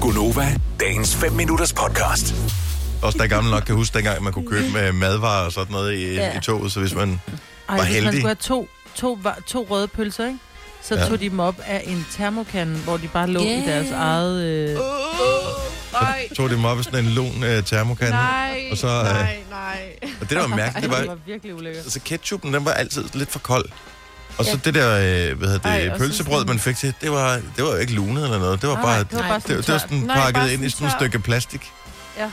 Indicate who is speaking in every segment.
Speaker 1: Gunova, dagens 5 minutters podcast.
Speaker 2: Også der er gammel nok kan huske, dengang man kunne købe med madvarer og sådan noget i, ja.
Speaker 3: Ja.
Speaker 2: i toget, så hvis man
Speaker 3: Ej,
Speaker 2: var
Speaker 3: hvis man
Speaker 2: heldig.
Speaker 3: skulle have to, to, va- to røde pølser, ikke? Så
Speaker 2: Ja.
Speaker 3: ja. tog de dem op af en termokande, hvor de bare lå yeah. i
Speaker 4: Yeah.
Speaker 3: deres eget... Øh...
Speaker 5: Nej,
Speaker 2: tog det dem op i sådan en lon øh, termokande.
Speaker 5: nej,
Speaker 2: Og så, øh,
Speaker 5: nej, nej.
Speaker 2: Og det der var mærkeligt, det
Speaker 3: det
Speaker 2: var,
Speaker 3: var virkelig ulækkert.
Speaker 2: altså ketchupen, den var altid lidt for kold. Og så
Speaker 4: Ja.
Speaker 2: det der øh, hvad hedder det,
Speaker 3: Ej, og så
Speaker 2: pølsebrød, man fik til, det var, det var jo ikke lunet eller noget. Det var
Speaker 3: Nej,
Speaker 2: bare,
Speaker 3: det var bare sådan
Speaker 2: det, det var
Speaker 3: tørt.
Speaker 2: sådan
Speaker 5: Nej,
Speaker 2: pakket
Speaker 5: bare
Speaker 2: ind i
Speaker 5: sådan
Speaker 2: sådan et
Speaker 5: tørt.
Speaker 2: stykke plastik.
Speaker 5: Ej,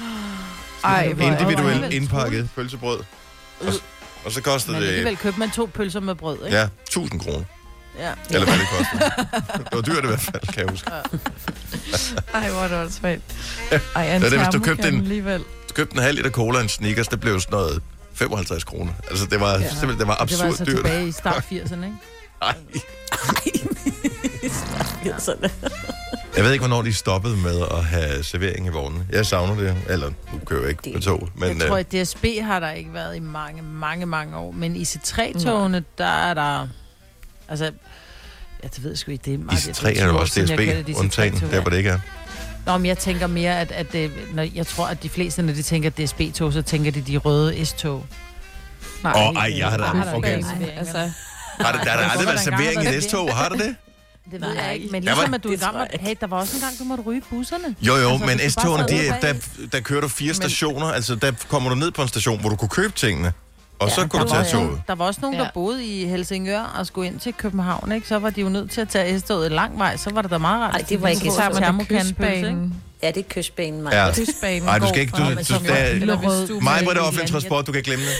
Speaker 3: hvor er det
Speaker 2: Individuelt
Speaker 3: alligevel
Speaker 2: indpakket pølsebrød. Og, s- og så kostede
Speaker 3: Men
Speaker 2: det
Speaker 3: alligevel købte man to pølser med brød, ikke?
Speaker 2: ja, 1000 kroner.
Speaker 3: Ja.
Speaker 2: Eller hvad det kostede. det var dyrt i hvert fald, kan jeg huske.
Speaker 5: Ej, hvor er det også svært. Ej, en
Speaker 2: Det er det, hvis du
Speaker 5: termokande
Speaker 2: købte en-
Speaker 5: Alligevel.
Speaker 2: Du købte en halv liter cola og en Snickers, det blev sådan noget 55 kroner. Altså, det var, ja. simpelthen, det var
Speaker 3: det
Speaker 2: absurd
Speaker 3: var altså
Speaker 2: dyrt.
Speaker 3: tilbage i start 80'erne, ikke?
Speaker 2: Ej.
Speaker 4: Ja, sådan.
Speaker 2: Jeg ved ikke, hvornår de stoppede med at have servering i vognen. Jeg savner det. Eller, nu kører jeg ikke
Speaker 4: Det-
Speaker 2: på tog. Men
Speaker 3: Men, jeg tror,
Speaker 2: øh,
Speaker 3: at DSB har der ikke været i mange, mange, mange år. Men i C3-togene, der er der... Altså, jeg ved sgu ikke, det er meget... jeg tror,
Speaker 2: IC3 er jo
Speaker 3: tyve år
Speaker 2: også
Speaker 3: siden, jeg kaldte
Speaker 2: DSB,
Speaker 3: det IC3
Speaker 2: undtagen
Speaker 3: -tog,
Speaker 2: der,
Speaker 3: ja.
Speaker 2: hvor det ikke er.
Speaker 3: Nå, men jeg tænker mere, at, at det, når jeg tror, at de fleste, når de tænker DSB-tog, så tænker de de røde S-tog. Nej,
Speaker 2: Åh, ej, jeg har da-
Speaker 3: der
Speaker 2: okay.
Speaker 3: ikke servering,
Speaker 5: Altså,
Speaker 3: vel?
Speaker 2: Har det, der har
Speaker 3: Jeg
Speaker 2: der
Speaker 3: tror,
Speaker 2: aldrig været
Speaker 3: der engang
Speaker 2: servering
Speaker 3: har
Speaker 2: i
Speaker 3: været
Speaker 2: S-tog? Har det det?
Speaker 3: Det ved
Speaker 4: Nej,
Speaker 3: jeg ikke, men
Speaker 4: det
Speaker 2: var-
Speaker 3: ligesom at du
Speaker 4: det
Speaker 3: engang
Speaker 4: tror jeg
Speaker 3: måtte, hey, der var også engang, du måtte ryge i busserne.
Speaker 2: Jo, jo,
Speaker 3: Altså,
Speaker 2: men
Speaker 3: hvis du bare
Speaker 2: S-togene,
Speaker 3: sad
Speaker 2: de,
Speaker 3: ude
Speaker 2: der, der kører du fire stationer. Altså, der kommer du ned på en station, hvor du kunne købe tingene. Og så kunne du
Speaker 3: Der var,
Speaker 2: tage
Speaker 3: også,
Speaker 2: toget.
Speaker 3: nogen- der var også nogen, der
Speaker 5: Ja.
Speaker 3: boede i Helsingør og skulle ind til København, ikke? Så var de jo nødt til at tage S-toget lang vej, så var det da meget rart.
Speaker 4: Ej,
Speaker 3: hvis
Speaker 4: det
Speaker 3: de ligesom
Speaker 4: var
Speaker 3: lige
Speaker 4: ikke
Speaker 3: kunne
Speaker 5: så
Speaker 4: et
Speaker 3: få
Speaker 5: har
Speaker 4: så
Speaker 5: man
Speaker 3: termokande pølse, ikke?
Speaker 5: kystbanen.
Speaker 4: Ja, det er kystbanen, Maja.
Speaker 2: Ja.
Speaker 5: Kystbanen
Speaker 2: Altså, Ej, du
Speaker 5: går
Speaker 2: skal ikke-
Speaker 5: fra- Altså,
Speaker 2: du-
Speaker 5: men
Speaker 2: du-
Speaker 5: så-
Speaker 2: der er-
Speaker 5: Lille Rød Stue.
Speaker 2: Mig, hvor
Speaker 3: Jamen,
Speaker 2: det er
Speaker 3: jeg-
Speaker 2: offentlig
Speaker 3: jeg-
Speaker 2: transport, du kan glemme det.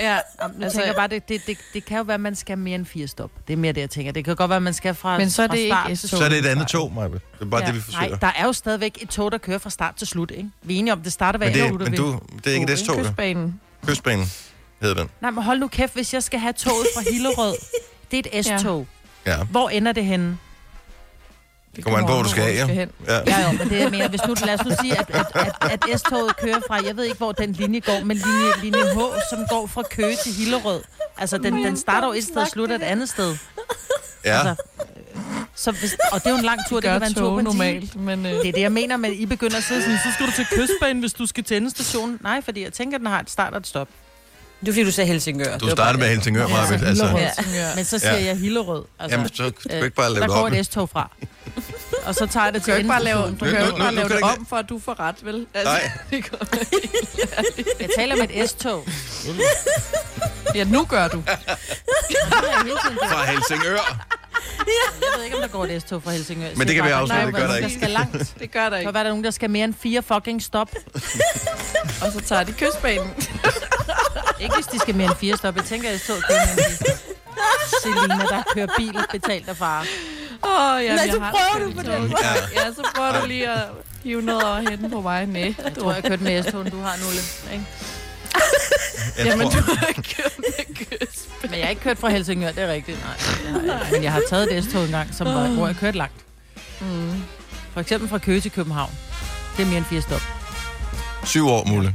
Speaker 5: Ja,
Speaker 3: Jeg
Speaker 5: altså,
Speaker 3: tænker bare, det, det, det, det kan jo være, at man skal mere end fire stop. Det er mere det, jeg tænker. Det kan godt være, at man skal fra
Speaker 5: Men så er det
Speaker 3: fra
Speaker 5: ikke
Speaker 3: start til
Speaker 5: S-tog.
Speaker 2: Så er det et andet tog, Maja. Det er bare
Speaker 5: Ja.
Speaker 2: det, vi
Speaker 3: Nej,
Speaker 2: forsøger.
Speaker 3: der er jo stadigvæk et tog, der kører fra start til slut, ikke? Vi er enige om, det starter hver
Speaker 2: Men
Speaker 3: ende
Speaker 2: det,
Speaker 3: rute
Speaker 2: men
Speaker 3: ved-
Speaker 2: du, det er ikke et S-tog, det.
Speaker 5: kystbanen.
Speaker 2: Kystbanen hedder den.
Speaker 3: Nej, men hold nu kæft, hvis jeg skal have toget fra Hillerød, det er et S-tog.
Speaker 2: Ja.
Speaker 3: Hvor ender det henne?
Speaker 5: Det
Speaker 2: Kommer an på, hvor du skal, ja.
Speaker 5: hen.
Speaker 2: ja.
Speaker 3: Ja, jo, men det er mere, hvis nu, lad os nu sige, at, at, at, at S-toget kører fra, jeg ved ikke, hvor den linje går, men linje, linje H, som går fra Køge til Hillerød. Altså, den, den starter jo et sted og slutter et andet sted.
Speaker 2: ja.
Speaker 3: Altså, så hvis, og det er jo en lang tur, det,
Speaker 5: Gør
Speaker 3: kan være en tur på
Speaker 5: tog
Speaker 3: en time.
Speaker 5: normalt, men... øh,
Speaker 3: Det er det, jeg mener med, at I begynder at sidde sådan, så skal du til kystbanen, hvis du skal til endestationen. Nej, fordi jeg tænker, at den har et start og et stop.
Speaker 4: Du fik du sagde Helsingør.
Speaker 2: Du starter med Helsingør, Maja.
Speaker 3: Ja.
Speaker 2: Altså,
Speaker 3: Hillerød.
Speaker 5: Helsingør.
Speaker 3: Men så siger
Speaker 2: Ja.
Speaker 3: ja. jeg Hillerød. Altså,
Speaker 2: jamen, så kan du
Speaker 3: øh,
Speaker 2: ikke bare lave
Speaker 3: der
Speaker 2: det
Speaker 3: går
Speaker 2: op.
Speaker 3: et S-tog fra. og så tager jeg det
Speaker 5: Du
Speaker 3: til
Speaker 5: kan jo ikke bare lave,
Speaker 3: endestationen.
Speaker 5: du
Speaker 2: Nu-
Speaker 5: kan jo ikke
Speaker 2: nu-
Speaker 5: bare
Speaker 2: nu
Speaker 5: lave
Speaker 2: kan
Speaker 5: det
Speaker 2: du ikke-
Speaker 5: om, for at du får ret, vel? Altså,
Speaker 2: Nej,
Speaker 5: det går-
Speaker 3: Jeg taler med et S-tog.
Speaker 5: Ja, nu gør du.
Speaker 2: fra Helsingør.
Speaker 3: Jeg ved ikke, om der går et S-tog fra Helsingør.
Speaker 2: Men det kan vi afsløre, det gør der
Speaker 3: Der
Speaker 2: ikke.
Speaker 3: skal langt.
Speaker 5: Det gør der
Speaker 3: Der kan
Speaker 5: ikke.
Speaker 3: være, der er nogen, der skal mere end fire fucking stop.
Speaker 5: Og så tager de kystbanen.
Speaker 3: Ikke hvis de skal mere end fire stop. Jeg tænker, at S-toget kører mere end fire stop. Selina, der kører bil, betalt af far.
Speaker 5: Åh, ja,
Speaker 4: Nej,
Speaker 5: jeg
Speaker 4: så
Speaker 5: har
Speaker 4: prøver
Speaker 5: det
Speaker 4: du på den
Speaker 5: sjovt. Ja, så prøver du lige at hive noget over hænden på mig. Nej,
Speaker 3: Jeg tror, jeg kørte med S-togen, du har, Nulle. Ikke?
Speaker 2: Jeg
Speaker 5: Jamen,
Speaker 2: tror,
Speaker 5: du har kørt med kys.
Speaker 3: Men jeg har ikke kørt fra Helsingør, det er rigtigt. Nej, det har jeg ikke. Men jeg har taget et S-tog engang, som var, hvor jeg kørte langt. For eksempel fra Køge til København. Det er mere end fire stop.
Speaker 2: syv år, Mulle.